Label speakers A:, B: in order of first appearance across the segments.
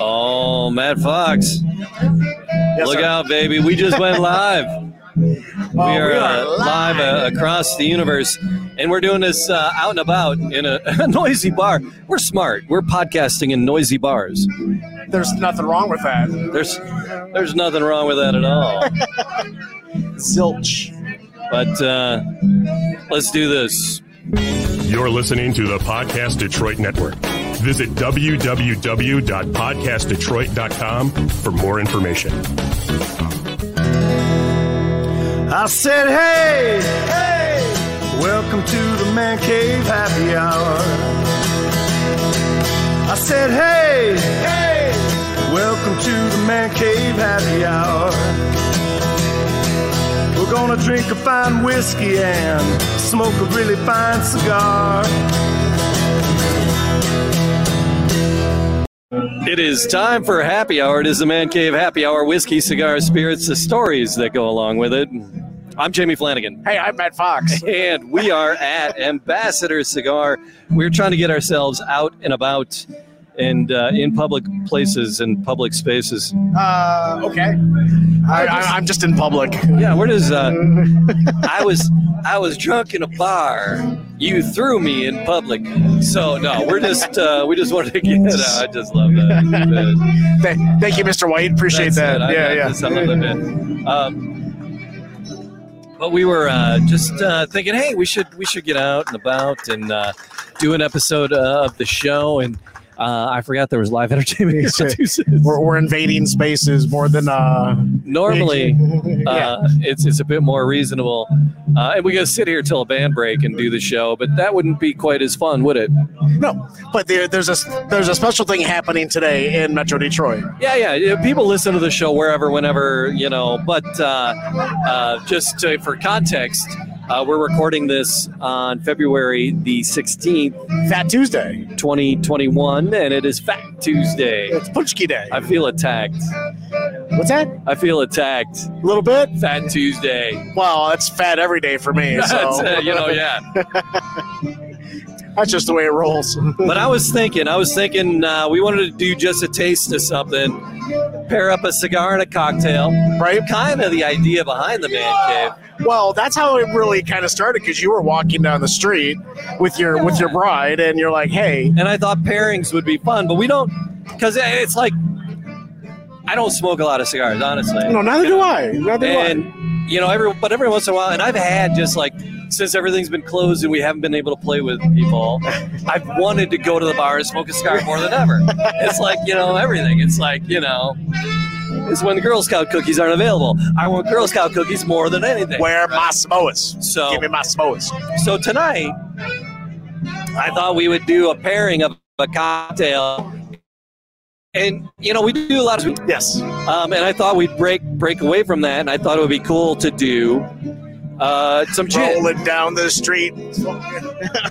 A: Oh, Matt Fox.
B: Yes,
A: Look
B: sir.
A: out, baby. We just went live. Oh, we are,
B: we are
A: uh, live, uh, across the universe, and we're doing this uh, out and about in a, a noisy bar. We're smart. We're podcasting in noisy bars.
B: There's nothing wrong with that.
A: There's, there's nothing wrong with that at all.
B: Zilch.
A: But uh, let's do this.
C: You're listening to the Podcast Detroit Network. Visit www.podcastdetroit.com for more information.
D: I said, hey, hey, welcome to the Man Cave Happy Hour. I said, hey, hey, welcome to the Man Cave Happy Hour. We're gonna drink a fine whiskey and smoke a really fine cigar.
A: It is time for happy hour. It is the Man Cave Happy Hour. Whiskey, cigars, spirits, the stories that go along with it. I'm Jamie Flanagan.
B: Hey, I'm Matt Fox.
A: and we are at Ambassador Cigar. We're trying to get ourselves out and about and uh, in public places and public spaces.
B: Uh, okay. I, I, I'm just in public.
A: Yeah, where does uh, I was I was drunk in a bar. You threw me in public. So no, we're just uh, we just wanted to get. Uh, I just love that.
B: Th- thank you, Mr. White. Appreciate
A: That's
B: that.
A: it. I
B: Yeah,
A: got
B: yeah.
A: this. I love it. Um, but we were uh, just uh, thinking, hey, we should we should get out and about and uh, do an episode uh, of the show. And uh, I forgot there was live entertainment.
B: Yeah,
A: here
B: sure.
A: on Tuesdays.
B: We're, we're invading spaces more than uh.
A: Normally,
B: yeah.
A: uh, it's it's a bit more reasonable, uh, and we go sit here till a band break and do the show. But that wouldn't be quite as fun, would it?
B: No, but there, there's a there's a special thing happening today in Metro Detroit.
A: Yeah, yeah, yeah. People listen to the show wherever, whenever, you know. But uh, uh, just to, for context, uh, we're recording this on February the 16th,
B: Fat Tuesday.
A: 2021, and it is Fat Tuesday.
B: It's Punchki Day.
A: I feel attacked.
B: What's that?
A: I feel attacked.
B: A little bit.
A: Fat Tuesday.
B: Well, that's fat every day for me.
A: That's,
B: So
A: uh, you know, yeah.
B: that's just the way it rolls.
A: But I was thinking, I was thinking uh, we wanted to do just a taste of something, pair up a cigar and a cocktail.
B: right?
A: Kind of the idea behind the man cave.
B: Well, that's how it really kind of started because you were walking down the street with your with your bride, and you're like, "Hey,
A: and I thought pairings would be fun, but we don't because it's like I don't smoke a lot of cigars, honestly.
B: no, neither do I, neither do
A: And you know, every but every once in a while, and I've had just like since everything's been closed and we haven't been able to play with people, I've wanted to go to the bar and smoke a cigar more than ever. It's like you know everything. It's like you know. It's when the Girl Scout cookies aren't available. I want Girl Scout cookies more than
B: I.
A: anything.
B: Where my Samoas?
A: So
B: Give me my Samoas."
A: so tonight, I thought we would do a pairing of a cocktail, and you know we do a lot of,
B: Yes,
A: um, and I thought we'd break break away from that, and I thought it would be cool to do uh, some gin.
B: rolling down the street.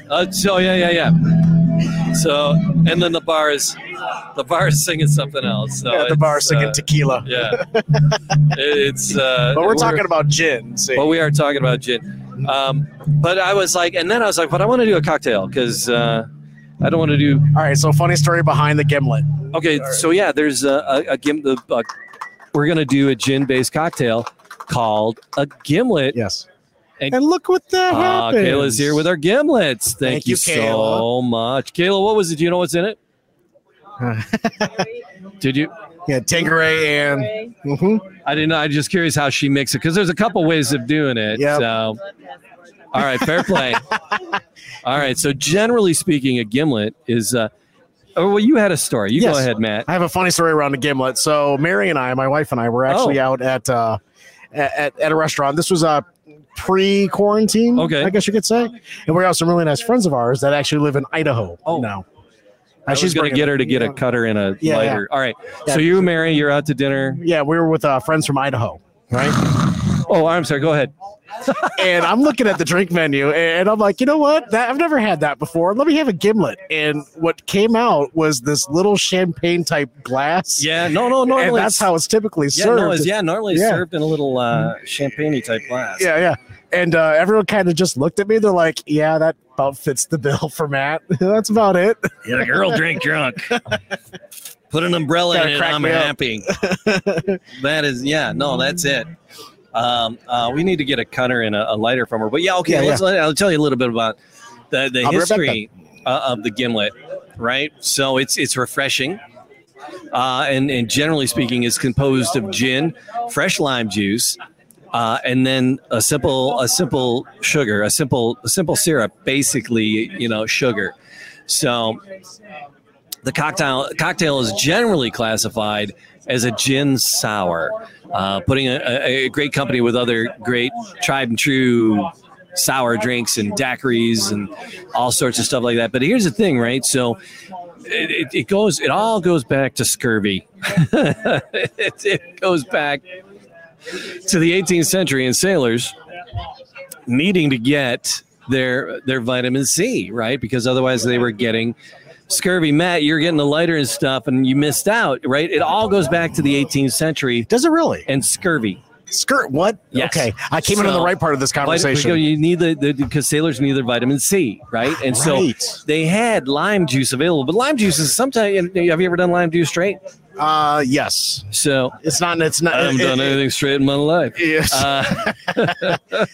A: Uh, so yeah, yeah, yeah. So and then the bar is the bar is singing something else. So
B: at the bar
A: it's,
B: singing
A: uh,
B: tequila.
A: yeah, it's. Uh,
B: But we're talking about gin. See,
A: But we are talking about gin. Um, but I was like, and then I was like, but I want to do a cocktail because uh, I don't want to do.
B: all right. So, funny story behind the gimlet.
A: Okay, so yeah, there's a, a, a gim. The, uh, we're gonna do a gin-based cocktail called a gimlet.
B: Yes,
A: And-
B: and, look what that
A: Ah,
B: happened.
A: Kayla's here with our gimlets. Thank,
B: Thank
A: you,
B: you,
A: so
B: Kayla.
A: much, Kayla. What was it? Do you know what's in it? Did you?
B: yeah, Tangeray
E: Ray,
B: and hmm
A: I didn't. know. I'm just curious how she makes it because there's a couple ways of doing it.
B: Yep.
A: So.
E: blood passport.
A: All right, fair play. All right, so generally speaking, a gimlet is. Uh, oh, well, you had a story. You
B: Yes.
A: go ahead, Matt.
B: I have a funny story around the gimlet. So Mary and I, my wife and I, were actually
A: Oh.
B: out at, uh, at at a restaurant. This was uh, pre-quarantine,
A: Okay.
B: I guess you could say. And we have some really nice friends of ours that actually live in Idaho.
A: Oh.
B: now
A: I was going to get her to get a
B: cut.
A: cutter and a
B: Yeah,
A: lighter. All right,
B: Yeah.
A: so you, Mary, you're out to dinner.
B: Yeah, we were with uh, friends from Idaho, right?
A: Oh, I'm sorry. Go ahead.
B: and I'm looking at the drink menu, and I'm like, you know what? That I've never had that before. Let me have a gimlet. And what came out was this little champagne type glass.
A: Yeah, no, no, normally
B: and that's
A: it's-
B: how it's typically
A: Yeah,
B: served.
A: no, it's, yeah, normally it's
B: Yeah.
A: served in a little uh, champagne type glass.
B: Yeah, yeah. And uh, everyone kind of just looked at me. They're like, "Yeah, that about fits the bill for Matt. That's about it."
E: Yeah, the girl drink drunk.
A: Put an umbrella in
B: Gotta
A: it.
B: crack
A: I'm
B: me up.
A: happy. that is, yeah, no, that's it. Um, uh, we need to get a cutter and a, a lighter from her. But yeah, okay,
B: Yeah,
A: let's, let- I'll tell you a little bit about the, the
B: I'll be right back
A: history uh, of the gimlet, right? So it's it's refreshing. Uh, and, and generally speaking, is composed of gin, fresh lime juice, uh, and then a simple a simple sugar, a simple a simple syrup, basically you know sugar. So the cocktail cocktail is generally classified as a gin sour, uh, putting a, a, a great company with other great tried and true sour drinks and daiquiris and all sorts of stuff like that. But here's the thing, right? So it, it, it goes, it all goes back to scurvy. it, it goes back to the 18th century and sailors needing to get their their vitamin C, right? Because otherwise they were getting scurvy. Matt, you're getting the lighter and stuff, and you missed out, right? It all goes back to the 18th century
B: Does it really?
A: and scurvy.
B: Skirt? What?
A: Yes.
B: Okay, I came in on
A: So-
B: the right part of this
A: Vit-
B: conversation.
A: because you need the, the because sailors need their vitamin C, right? And
B: Right.
A: so they had lime juice available, but lime juice is sometimes. Have you ever done lime juice straight?
B: Uh, yes.
A: So
B: It's not. It's not.
A: I haven't
B: it-
A: done
B: it-
A: anything straight in my life.
B: Yes.
A: Uh,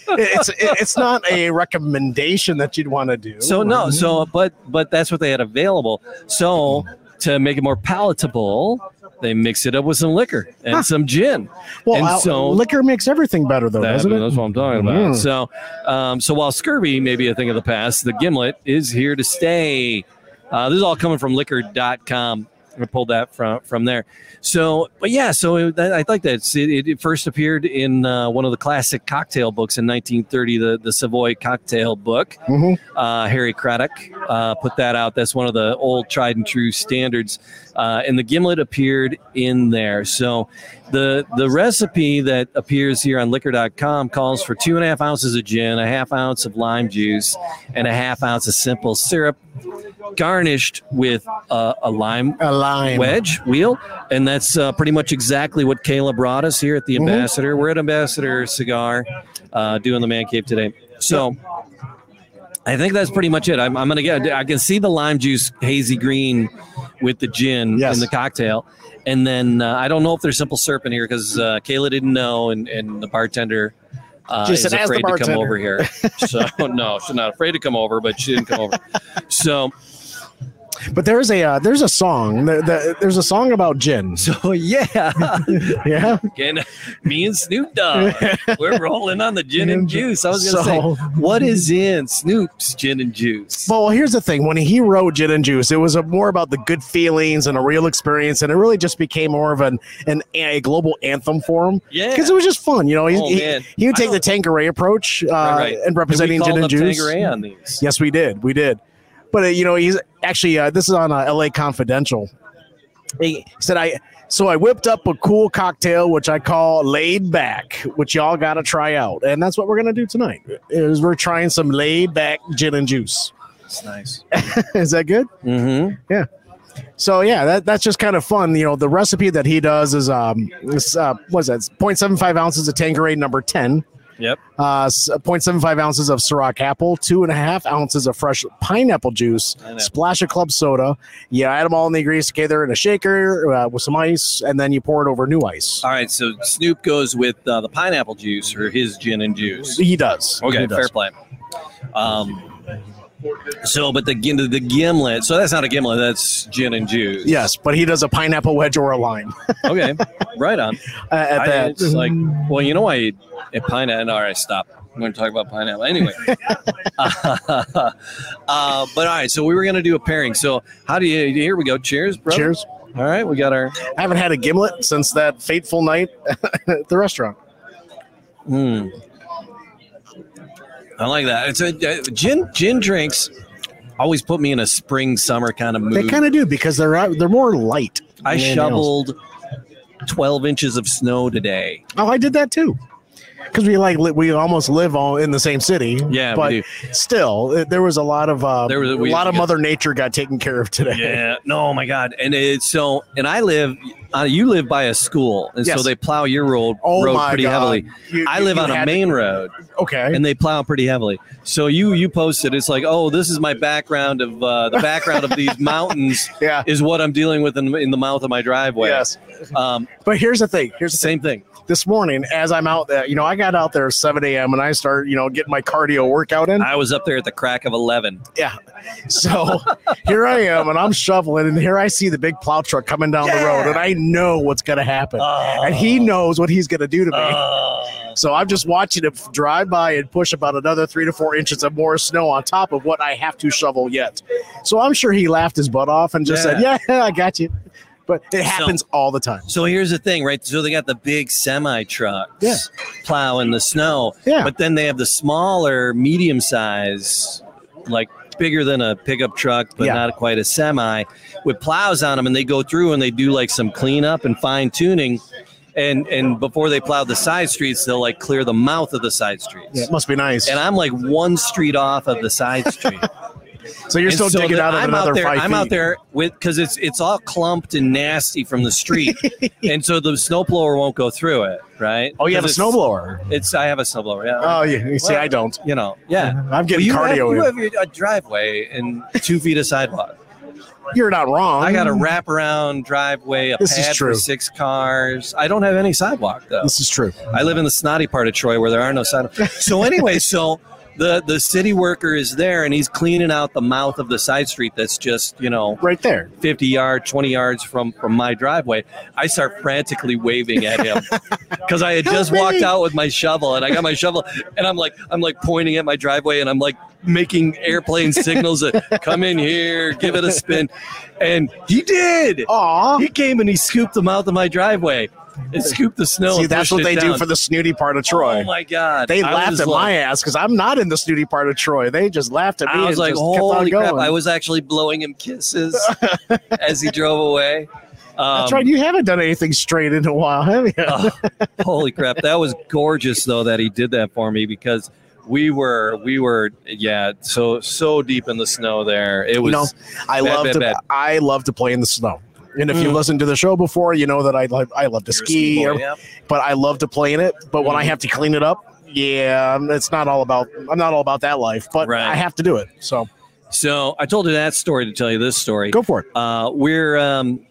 B: it's it- it's not a recommendation that you'd want to do.
A: so no, so but but that's what they had available. So to make it more palatable, they mix it up with some liquor and some gin.
B: well,
A: and
B: uh,
A: so-
B: liquor makes everything better, though,
A: That-
B: doesn't it?
A: That's what I'm talking about.
B: Mm.
A: So, um, so while scurvy may be a thing of the past, the gimlet is here to stay. Uh, this is all coming from liquor.com. I pulled that from from there. So, but yeah, so it, that, I like that. It's- It, it, it first appeared in uh, one of the classic cocktail books in 1930, the, the Savoy cocktail book.
B: Mhm.
A: Uh, Harry Craddock uh, put that out. That's one of the old tried and true standards. Uh, and the gimlet appeared in there. So the the recipe that appears here on liquor.com calls for two and a half ounces of gin, a half ounce of lime juice, and a half ounce of simple syrup, garnished with uh, a lime
B: A line.
A: wedge wheel, and that's uh, pretty much exactly what Kayla brought us here at
B: Mm-hmm.
A: the Ambassador. We're at Ambassador Cigar, uh, doing the man cave today. So, I think that's pretty much it. I'm, I'm gonna get. I can see the lime juice, hazy green, with the gin
B: Yes.
A: in the cocktail, and then uh, I don't know if there's simple syrup in here because uh, Kayla didn't know, and, and the bartender. Uh,
B: She said,
A: is
B: "Ask the
A: afraid to come
B: bartender."
A: over here. So no, she's not afraid to come over, but she didn't come over. So
B: But there's a uh, there's a song. There, there- there's a song about gin.
A: so yeah.
B: Yeah.
A: And me and Snoop Dogg, we're rolling on the gin and juice. I was gonna
B: So-
A: say, what is in Snoop's gin and juice?
B: Well, here's the thing. When he wrote Gin and Juice, it was a, more about the good feelings and a real experience, and it really just became more of an an a global anthem for him.
A: Yeah.
B: because it was just fun. You know, he
A: Oh,
B: he,
A: man.
B: he would
A: I
B: take the Tanqueray approach uh,
A: Right, right.
B: and representing
A: we
B: Gin
A: called
B: and
A: up
B: Juice.
A: Tanqueray on these.
B: Yes, we did. We did. But uh, you know, he's actually uh, this is on uh, LA Confidential. He said I so I whipped up a cool cocktail which I call laid back, which y'all got to try out, and that's what we're gonna do tonight. Is we're trying some laid back gin and juice.
A: It's nice.
B: is that good?
A: hmm
B: So yeah, that, that's just kind of fun. You know, the recipe that he does is um, is, uh, what's that? It's 0.75 ounces of Tanqueray number ten.
A: Yep.
B: uh, s- 0.75 ounces of Ciroc apple, two and a half ounces of fresh pineapple juice,
A: Pineapple.
B: splash of club soda. You add them all in the ingredients together in a shaker uh, with some ice, and then you pour it over new ice.
A: All right. So Snoop goes with uh, the pineapple juice or his gin and juice.
B: He does.
A: Okay,
B: He
A: fair
B: does.
A: play. Um, so, but the gin, the gimlet. So that's not a gimlet. That's gin and juice.
B: Yes, but he does a pineapple wedge or a lime.
A: Okay. right on.
B: Uh, at
A: I-
B: that.
A: It's like,
B: Mm-hmm.
A: well, you know, I a pineapple. All right, stop. I'm going to talk about pineapple anyway. uh, but all right, so we were going to do a pairing. So how do you? Here we go. Cheers, brother.
B: Cheers.
A: All right, we got our.
B: I haven't had a gimlet since that fateful night at the restaurant.
A: Mm. I like that. It's a uh, gin. Gin drinks always put me in a spring summer kind of mood.
B: They kind of do because they're out, they're more light. than
A: I
B: anything else.
A: shoveled. 12 inches of snow today.
B: Oh, I did that too. Because we like li- we almost live all in the same city.
A: Yeah, we
B: but
A: do.
B: still, it, there was a lot of uh,
A: There was-
B: a
A: we-
B: lot of
A: yeah. oh
B: Mother Nature got taken care of today.
A: No, my God. And it's so, and I live uh, you live by a school, and
B: Yes.
A: so they plow your road,
B: Oh
A: road
B: my
A: pretty
B: God.
A: heavily.
B: You-
A: I
B: you-
A: live
B: you
A: on a
B: had-
A: main road,
B: Okay.
A: and they plow pretty heavily. So you you posted, it's like, oh, this is my background of uh, the background of these mountains
B: Yeah.
A: is what I'm dealing with in, in the mouth of my driveway.
B: Yes.
A: Um,
B: But here's the thing. Here's the
A: same thing.
B: this morning as I'm out there, you know, I got out there at 7 a.m. and I start, you know, getting my cardio workout in.
A: I was up there at the crack of eleven.
B: yeah. So here I am and I'm shoveling and here I see the big plow truck coming down the road and I know what's going to happen. and
A: Oh.
B: he knows what he's going to do to me. so I'm just watching him drive by and push about another three to four inches of more snow on top of what I have to shovel yet. So I'm sure he laughed his butt off and just
A: Yeah.
B: said, Yeah, I got you. But it happens all the time.
A: So here's the thing, right? So they got the big semi trucks
B: Yeah.
A: plowing the snow,
B: Yeah.
A: but then they have the smaller, medium size, like bigger than a pickup truck, but
B: Yeah.
A: not quite a semi, with plows on them, and they go through and they do like some cleanup and fine tuning, and and before they plow the side streets, they'll like clear the mouth of the side streets.
B: Yeah, it must be nice.
A: And I'm like one street off of the side street.
B: so you're
A: And
B: still
A: so
B: digging
A: the-
B: out of
A: I'm
B: another
A: out there,
B: five
A: I'm out
B: feet.
A: there with because it's it's all clumped and nasty from the street, and so the snowblower won't go through it, right?
B: Oh, you have a
A: 'Cause
B: snowblower.
A: It's, it's I have a snowblower. Yeah.
B: Oh, yeah. You see,
A: Well,
B: I don't.
A: You know, yeah.
B: I'm getting
A: you
B: cardio in.
A: Have, you have your- a driveway and two feet of sidewalk.
B: You're not wrong.
A: I got a wraparound driveway, a
B: Um, This is
A: pad for
B: true.
A: six cars. I don't have any sidewalk though.
B: This is true.
A: I live in the snotty part of Troy where there are no sidewalks. So anyway, so the the city worker is there and he's cleaning out the mouth of the side street that's just you know
B: Right there.
A: 50 yard 20 yards from from my driveway i start frantically waving at him because i had just
B: Help me.
A: walked out with my shovel and i got my shovel and i'm like i'm like pointing at my driveway and i'm like making airplane signals that come in here give it a spin and he did
B: Aw.
A: he came and he scooped the mouth of my driveway and scooped the snow
B: See,
A: and
B: that's
A: pushed
B: what
A: it
B: they do
A: down.
B: for the snooty part of Troy.
A: oh my god
B: they
A: I
B: laughed
A: was
B: at my
A: like-
B: ass because I'm not in the snooty part of Troy. They just laughed at me.
A: I was
B: and
A: like,
B: just kept on
A: holy
B: going.
A: crap! I was actually blowing him kisses as he drove away. Um,
B: that's right. You haven't done anything straight in a while, have you?
A: Oh, holy crap! That was gorgeous, though, that he did that for me because we were, we were, yeah, so so deep in the snow there. It was.
B: you know, I
A: bad,
B: love
A: bad,
B: to
A: bad. Mm.
B: I love to play in the snow. And if you listen to the show before, you know that I love I love to
A: You're a
B: ski,
A: ski boy,
B: or-
A: yep.
B: but I love to play in it. But when I
A: Mm.
B: have to clean it up, yeah, um, it's not all about I'm not all about that life, but
A: Right.
B: I have to do it. So
A: So I told you that story to tell you this story.
B: go for it.
A: Uh, we're um,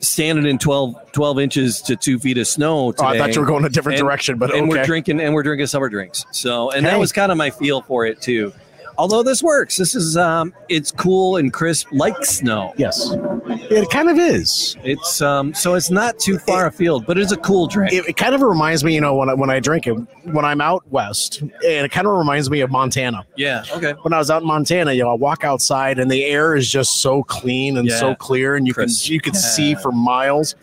A: standing in 12, 12 inches to two feet of snow today.
B: Oh, I thought you were going a different
A: And-
B: direction, but
A: and
B: okay.
A: we're drinking and we're drinking summer drinks. So and
B: Hey.
A: that was kind of my feel for it too. Although this works, this is um, it's cool and crisp like snow.
B: yes, it kind of is.
A: It's um, so it's not too far afield, but it's a cool drink.
B: It, it kind of reminds me, you know, when I, when I drink it, when I'm out west, and it kind of reminds me of Montana.
A: yeah. Okay.
B: When I was out in Montana, you know, I walk outside and the air is just so clean and so
A: Yeah.
B: clear, and you
A: Crisp.
B: can you can
A: Yeah.
B: see for miles.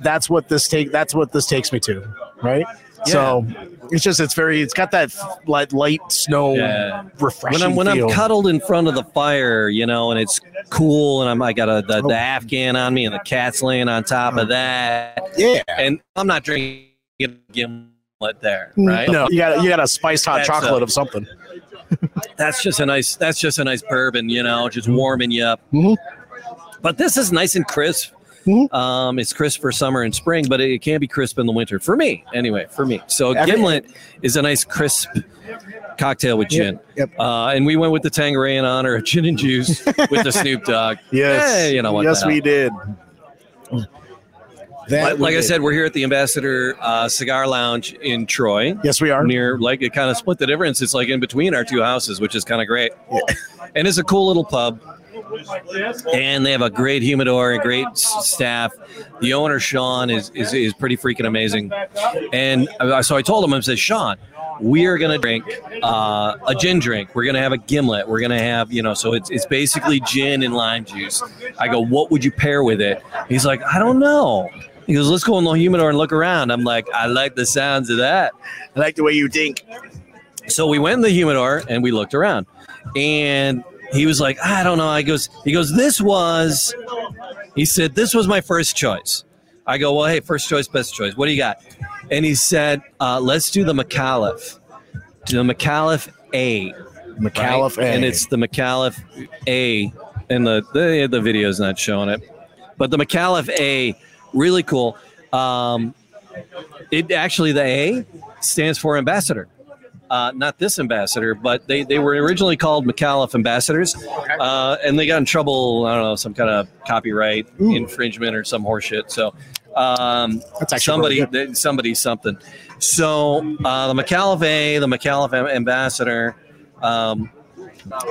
B: That's what this take. That's what this takes me to, right? So it's just it's very it's got that f- light, light snow
A: Yeah.
B: refreshing.
A: When I'm when I'm
B: feel.
A: cuddled in front of the fire, you know, and it's cool, and I'm I got a the,
B: Oh. Uh-huh.
A: the Afghan on me, and the cat's laying on top of that,
B: yeah,
A: and I'm not drinking a gimlet there, right?
B: no, you got you got a spiced hot
A: That's a-
B: chocolate of something.
A: that's just a nice that's just a nice bourbon, you know, just
B: Mm-hmm.
A: warming you up.
B: Mhm.
A: But this is nice and crisp.
B: Mhm.
A: Um, it's crisp for summer and spring, but it, it can be crisp in the winter for me. Anyway, for me, so
B: Every-
A: gimlet is a nice crisp cocktail with gin.
B: yep.
A: Uh, and we went with the Tangeray in honor of gin and juice with the Snoop Dogg.
B: Yes,
A: Hey, you know what?
B: Yes,
A: the
B: we
A: hell.
B: did. That
A: Like,
B: we
A: like I
B: did.
A: said, we're here at the Ambassador uh, Cigar Lounge in Troy.
B: yes, we are.
A: near like it kind of split the difference it's like in between our two houses which is kind of great and it's a cool little pub and they have a great humidor and great s- staff the owner sean is is, is pretty freaking amazing and uh, so i told him i said sean we are gonna drink uh, a gin drink we're gonna have a gimlet we're gonna have you know so it's, it's basically gin and lime juice i go what would you pair with it he's like i don't know he goes let's go in the humidor and look around i'm like i like the sounds of that
B: I like the way you dink.
A: so we went in the humidor and we looked around, and he was like, "I don't know." I goes, he goes, "This was," he said, "This was my first choice." I go, "Well, hey, first choice, best choice. What do you got?" And he said, uh, "Let's do the McAuliffe, the McAuliffe A,
B: McAuliffe
A: right?
B: A.
A: and it's the McAuliffe A, and the the the video's not showing it, but the McAuliffe A really cool. Um, it actually the A stands for ambassador. Uh, not this ambassador, but they, they were originally called McAuliffe ambassadors, uh, and they got in trouble. I don't know some kind of copyright infringement or some horseshit. So um,
B: That's actually
A: somebody
B: really
A: they- somebody something. So uh, the McAuliffe A, the McAuliffe am- ambassador. Um,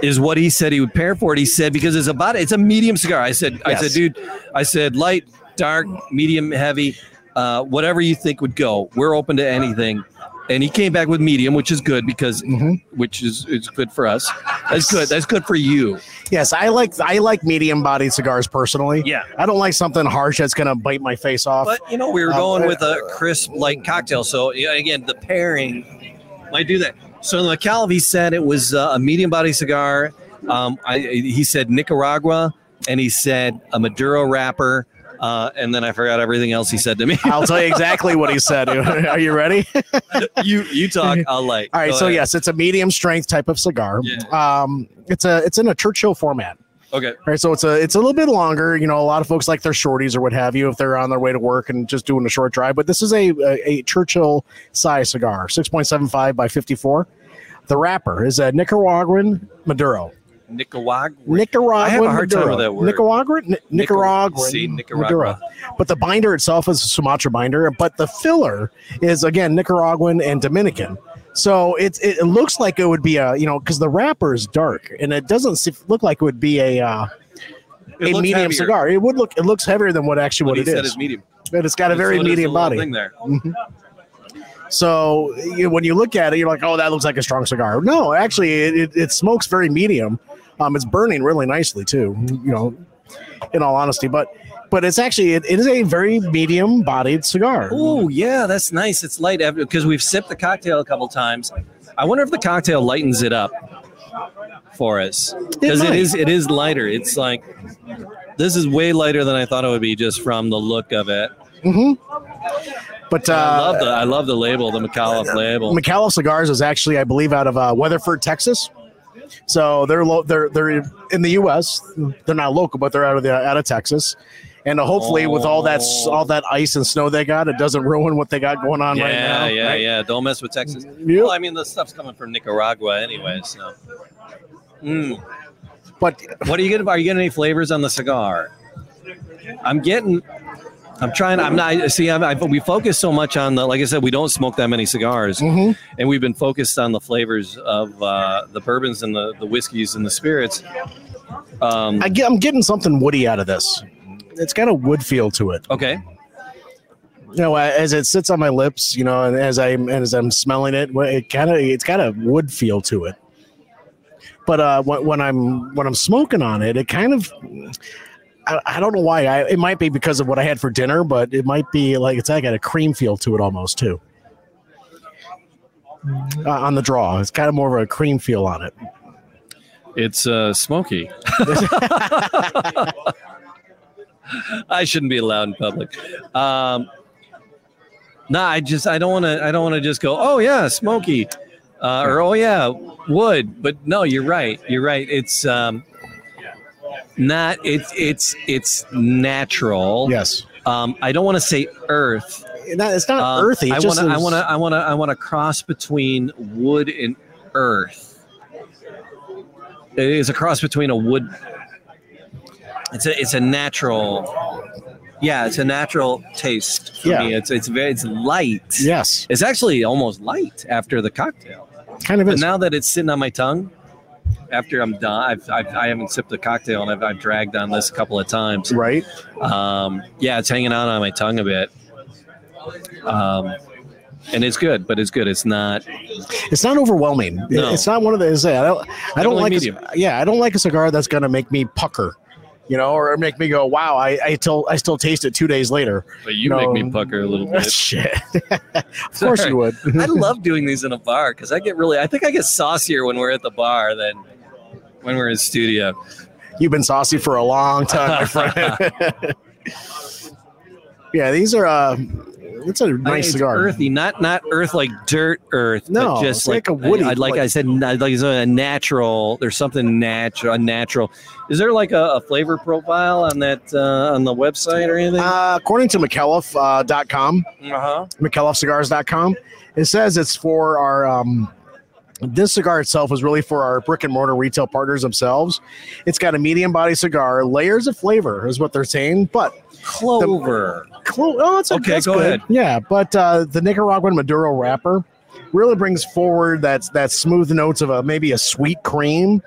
A: is what he said he would pair for it. He said because it's about it's a medium cigar. I said I said
B: Yes.
A: dude, I said light, dark, medium, heavy, uh, whatever you think would go. We're open to anything. And he came back with medium, which is good because which is it's good for us. That's good. That's good for you.
B: Yes, I like I like medium bodied cigars personally.
E: Yeah.
B: I don't like something harsh that's gonna bite my face off.
A: But you know we were
B: Um,
A: going
B: uh,
A: with a crisp light cocktail. So yeah, again, the pairing might do that. So the McAlvey said it was uh, a medium body cigar. Um, I, he said Nicaragua, and he said a Maduro wrapper, uh, and then I forgot everything else he said to me.
B: I'll tell you exactly what he said. Are you ready?
A: you you talk. I'll like.
B: All right,
A: Go
B: so
A: ahead.
B: yes, it's a medium strength type of cigar.
A: Yeah.
B: Um, it's a it's in a Churchill format.
A: Okay.
B: All right, so it's a it's a little bit longer. You know, a lot of folks like their shorties or what have you if they're on their way to work and just doing a short drive. But this is a a, a Churchill size cigar, six point seven five by fifty four. The wrapper is a Nicaraguan Maduro.
A: Nicaragua.
B: Nicaraguan.
A: I have a hard time
B: Maduro.
A: with that word.
B: Nicaraguan. Ni- Nicaraguan.
A: See, Nicaragua.
B: But the binder itself is a Sumatra binder, but the filler is again Nicaraguan and Dominican. So it it looks like it would be a you know because the wrapper is dark and it doesn't se- look like it would be a uh,
A: It
B: a
A: looks
B: medium
A: heavier.
B: cigar. It would look it looks heavier than what actually
A: What
B: what,
A: he
B: it
A: said
B: is.
A: is medium.
B: But it's got a
A: So
B: very
A: there's
B: medium
A: little
B: body.
A: Thing there.
B: So you, when you look at it, you're like, oh, that looks like a strong cigar. No, actually, it, it, it smokes very medium. Um, it's burning really nicely too. You know, in all honesty, but but it's actually it, it is a very medium bodied cigar.
A: Oh yeah, that's nice. It's light after because we've sipped the cocktail a couple times. I wonder if the cocktail lightens it up for us because it
B: might.
A: is it is lighter. It's like this is way lighter than I thought it would be just from the look of it.
B: But
A: I love
B: uh,
A: the I love the label, the McAuliffe label.
B: McAuliffe Cigars is actually, I believe, out of uh, Weatherford, Texas. So they're lo- they're they're in the U.S. They're not local, but they're out of the out of Texas. And uh, hopefully, with all that s- all that ice and snow they got, it doesn't ruin what they got going on
A: Yeah,
B: right now.
A: yeah,
B: right?
A: yeah. Don't mess with Texas.
B: Yep.
A: Well, I mean, the stuff's coming from Nicaragua anyway. So, Mm.
B: But
A: what are you getting? Are you getting any flavors on the cigar? I'm getting. I'm trying. I'm not. See, I'm, I, we focus so much on the. Like I said, we don't smoke that many cigars, and we've been focused on the flavors of uh, the bourbons and the the whiskeys and the spirits. Um,
B: I get, I'm getting something woody out of this. It's got a wood feel to it.
A: okay.
B: You know, as it sits on my lips, you know, and as I'm and as I'm smelling it, well, it kind of it's got a wood feel to it. But uh, when, when I'm when I'm smoking on it, it kind of I, I don't know why. I, it might be because of what I had for dinner, but it might be like it's I got a cream feel to it almost too. Uh, on the draw, it's kind of more of a cream feel on it.
A: It's uh, smoky. I shouldn't be allowed in public. Um, no, I just I don't want to. I don't want to just go. Oh yeah, smoky, uh, or oh yeah, wood. But no, you're right. You're right. It's um, not. It's it's it's natural.
B: Yes,
A: Um, I don't want to say earth.
B: Not- it's not
A: Um,
B: earthy. it
A: I want
B: just
A: to. I
B: is-
A: want to. I want to. I want to cross between wood and earth. It is a cross between a wood. It's a. It's a natural. Yeah, it's a natural taste for
B: Yeah.
A: me. It's it's very it's light.
B: Yes,
A: It's actually almost light after the cocktail.
B: kind of
A: But
B: is.
A: now that it's sitting on my tongue, after I'm done, I've, I've, I haven't sipped the cocktail and I've, I've dragged on this a couple of times.
B: right?
A: Um, yeah, it's hanging out on my tongue a bit. Um, and it's good, but it's good. It's not.
B: It's not overwhelming. It-
A: No.
B: It's not one of those. I don't. I don't
A: Definitely
B: like. a c-
A: medium.
B: yeah, I don't like a cigar that's going to make me pucker, you know, or make me go, "Wow!" I I still I still taste it two days later.
A: But you
B: No.
A: make me pucker a little bit.
B: Shit. of course you would.
A: I love doing these in a bar because I get really. I think I get saucier when we're at the bar than when we're in studio.
B: You've been saucy for a long time, my friend. Yeah, these are. Uh, it's a
A: I think
B: nice
A: it's
B: cigar.
A: Earthy, not not earth like dirt earth. but
B: No,
A: just
B: it's
A: like,
B: like a woody,
A: I, would like,
B: like-
A: I said, I like it's a natural. There's something natural, unnatural. Is there like a, a flavor profile on that uh, on the website or anything? Uh-huh.
B: Uh, according to McAuliffe.com, uh, dot com,
A: huh.
B: McAuliffeCigars.com, it says it's for our. Um, this cigar itself is really for our brick and mortar retail partners themselves. It's got a medium body cigar, layers of flavor is what they're saying, but
A: Clover.
B: Clo- oh, it's
A: Okay,
B: that's
A: go
B: good.
A: ahead.
B: Yeah, but uh, the Nicaraguan Maduro wrapper really brings forward that that smooth notes of a maybe a sweet cream,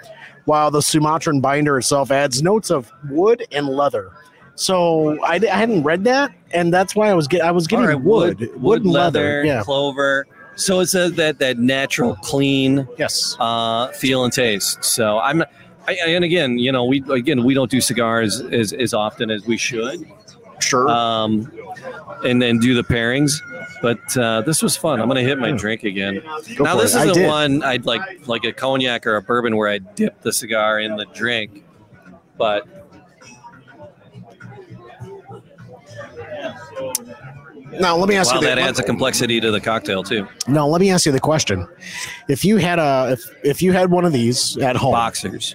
B: while the Sumatran binder itself adds notes of wood and leather. So I, di- I hadn't read that, and that's why I was get I was getting
A: All right,
B: wood,
A: wood,
B: and
A: leather,
B: Yeah.
A: clover. So it's a, that that natural, clean
B: Yes.
A: uh, feel and taste. So I'm, I, I- and again, you know, we again we don't do cigars as, as often as we should,
B: Sure.
A: um, and then do the pairings. But uh, this was fun. I'm gonna hit my drink again.
B: Hmm. Go
A: now
B: for
A: this
B: it. I
A: is the
B: did.
A: one I'd like like a cognac or a bourbon where I dip the cigar in the drink, but.
B: now let me ask
A: Wow,
B: you
A: that
B: the-
A: adds a complexity to the cocktail too.
B: No, let me ask you the question: If you had a if, if you had one of these at home,
A: Boxers.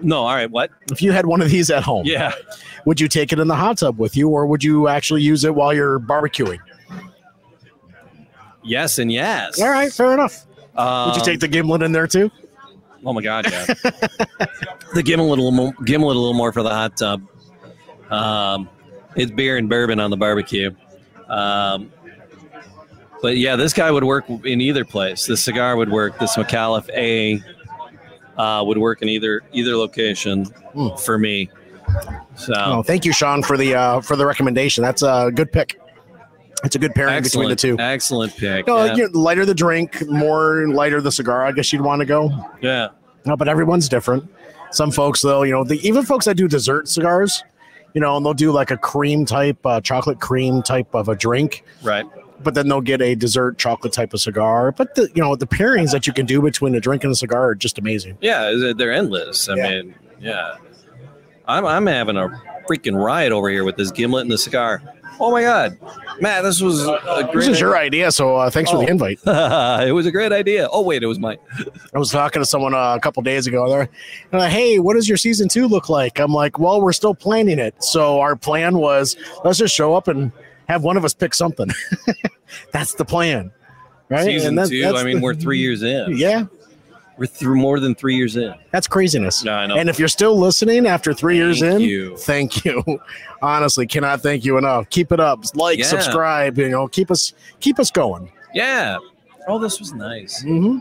A: No, all right. What?
B: if you had one of these at home,
A: Yeah.
B: would you take it in the hot tub with you, or would you actually use it while you're barbecuing?
A: Yes and yes.
B: All right, fair enough.
A: Um,
B: Would you take the gimlet in there too?
A: Oh my god, yeah. the gimlet a little more, gimlet a little more for the hot tub. Um, it's beer and bourbon on the barbecue. Um, but yeah, this guy would work in either place. This cigar would work. This McAuliffe A uh, would work in either either location
B: Mm.
A: for me. So
B: Oh, thank you, Sean, for the uh, for the recommendation. That's a good pick. It's a good pairing between the
A: excellent, Uh,
B: two.
A: excellent pick.
B: No,
A: yeah.
B: you know, lighter the drink, more lighter the cigar. I guess you'd want to go.
A: yeah.
B: No, but everyone's different. Some folks, though, you know, the, even folks that do dessert cigars, you know, and they'll do like a cream type, uh, chocolate cream type of a drink,
A: right.
B: but then they'll get a dessert chocolate type of cigar. But the, you know, the pairings that you can do between a drink and a cigar are just amazing.
A: Yeah, they're- they're endless. I
B: Yeah.
A: mean, yeah. I'm, I'm having a freaking riot over here with this gimlet and the cigar. Oh my God, Matt, this was a great.
B: This is your idea, so uh, thanks for
A: Oh.
B: the invite.
A: it was a great idea. Oh wait, it was mine.
B: I was talking to someone uh, a couple days ago. They're they're like, "Hey, what does your season two look like?" I'm like, "Well, we're still planning it. So our plan was let's just show up and have one of us pick something. that's the plan, right?"
A: Season
B: And that-
A: two.
B: that's
A: I mean,
B: the-
A: we're three years in.
B: yeah,
A: We're through more than three years in.
B: that's craziness.
A: No, I know.
B: And if you're still listening after three years
A: Thank
B: in,
A: you.
B: thank you. Honestly, cannot thank you enough. Keep it up. Like,
A: Yeah.
B: subscribe. You know, keep us keep us going.
A: Yeah. Oh, this was nice.
B: Mm-hmm.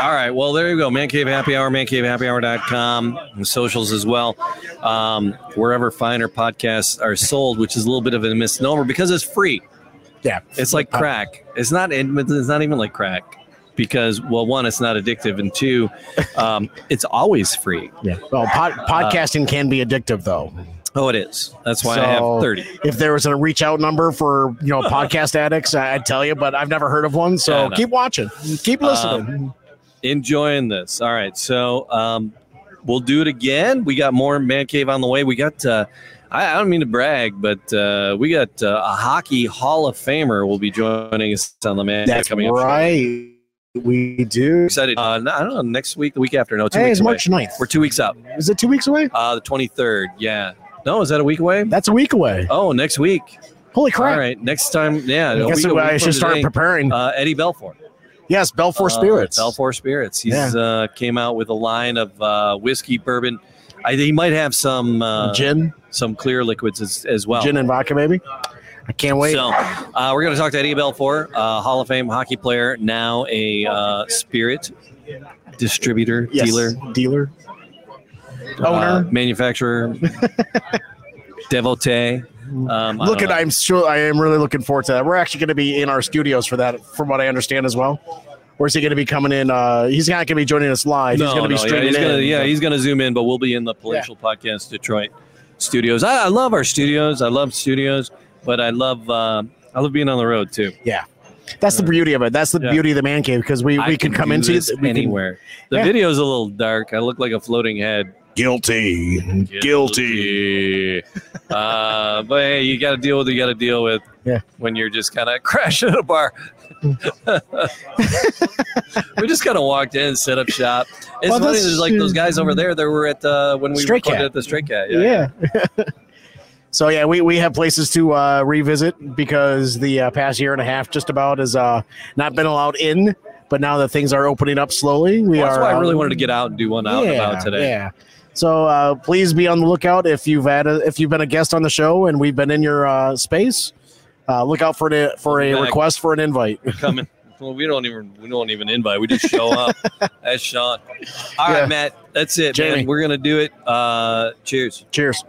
A: All right. Well, there you go. Man Cave Happy Hour, mancavehappyhour.com, and socials as well. Um, wherever finer podcasts are sold, which is a little bit of a misnomer because it's free.
B: Yeah,
A: It's like
B: Uh,
A: crack. It's not. It's not even like crack because well, one, it's not addictive, and two, um, it's always free.
B: yeah. Well, pod,
A: uh,
B: podcasting can be addictive, though.
A: Oh, it is. That's why I have
B: So,
A: thirty.
B: If there was a reach out number for you know podcast addicts, I- I'd tell you, but I've never heard of one. So
A: Yeah, I know.
B: keep watching, keep
A: Um,
B: listening.
A: Enjoying this. All right, so um, we'll do it again. We got more man cave on the way. We got. Uh, I, I don't mean to brag, but uh, we got uh, a hockey Hall of Famer will be joining us on the man. Cave
B: That's
A: coming up.
B: right. We do.
A: Excited. Uh, no, I don't know. Next week, the week after. No, two
B: Hey,
A: weeks
B: it's
A: away.
B: March 9th.
A: We're two weeks out.
B: Is it two weeks away?
A: Uh, the twenty third. Yeah. No, is that a week away?
B: That's a week away.
A: Oh, next week.
B: Holy crap!
A: All right, next time, yeah.
B: I
A: a
B: guess
A: week- a
B: I
A: week
B: should
A: from
B: start
A: today,
B: preparing.
A: Uh, Eddie Belfort,
B: yes, Belfour
A: Uh,
B: Spirits.
A: Belfort Spirits. He's uh, came out with a line of uh, whiskey, bourbon. I, he might have some uh,
B: gin,
A: some clear liquids as, as well.
B: gin and vodka, maybe. I can't wait.
A: So uh, we're going to talk to Eddie Belfort, uh, Hall of Fame hockey player, now a uh, spirit distributor,
B: Yes,
A: dealer,
B: dealer,
A: uh,
B: owner.
A: manufacturer, devotee. Um, I don't
B: Look at,
A: know.
B: I'm sure I am really looking forward to that. We're actually going to be in our studios for that, from what I understand as well. Or is he going to be coming in? Uh, he's not going to be joining us live. he's going to be
A: yeah,
B: streaming
A: he's gonna,
B: in.
A: yeah, he's gonna zoom in, but we'll be in the Palatial Podcast Detroit studios. I, I love our studios. I love studios, but I love uh, I love being on the road too.
B: That's the beauty of it. That's the
A: Yeah.
B: beauty of the man cave because we,
A: I
B: we can, come
A: do
B: into
A: this
B: we can-
A: anywhere. The
B: Yeah.
A: video's a little dark. I look like a floating head.
B: guilty, guilty.
A: Guilty. Uh, but hey, you got to deal with what you got to deal with
B: Yeah.
A: when you're just kind of crashing at a bar. we just kind of walked in, set up shop. It's
B: Well,
A: funny.
B: that's-
A: There's like those guys over there that were at uh, when we
B: Stray
A: recorded
B: Cat.
A: at the Stray Cat. Yeah.
B: yeah. so yeah, we, we have places to uh, revisit because the uh, past year and a half just about has uh, not been allowed in. But now that things are opening up slowly, we
A: Well, that's
B: are.
A: why I
B: uh,
A: really wanted to get out and do one out and about today.
B: Yeah. So uh, please be on the lookout if you've had a, if you've been a guest on the show and we've been in your uh, space. Uh, look out for an, for a
A: Back.
B: request for an invite.
A: Coming. Well, we don't even we don't even invite. We just show up. That's Sean. All right,
B: Yeah.
A: Matt. That's it,
B: Jamie.
A: man. We're gonna do it. Uh, cheers.
B: Cheers.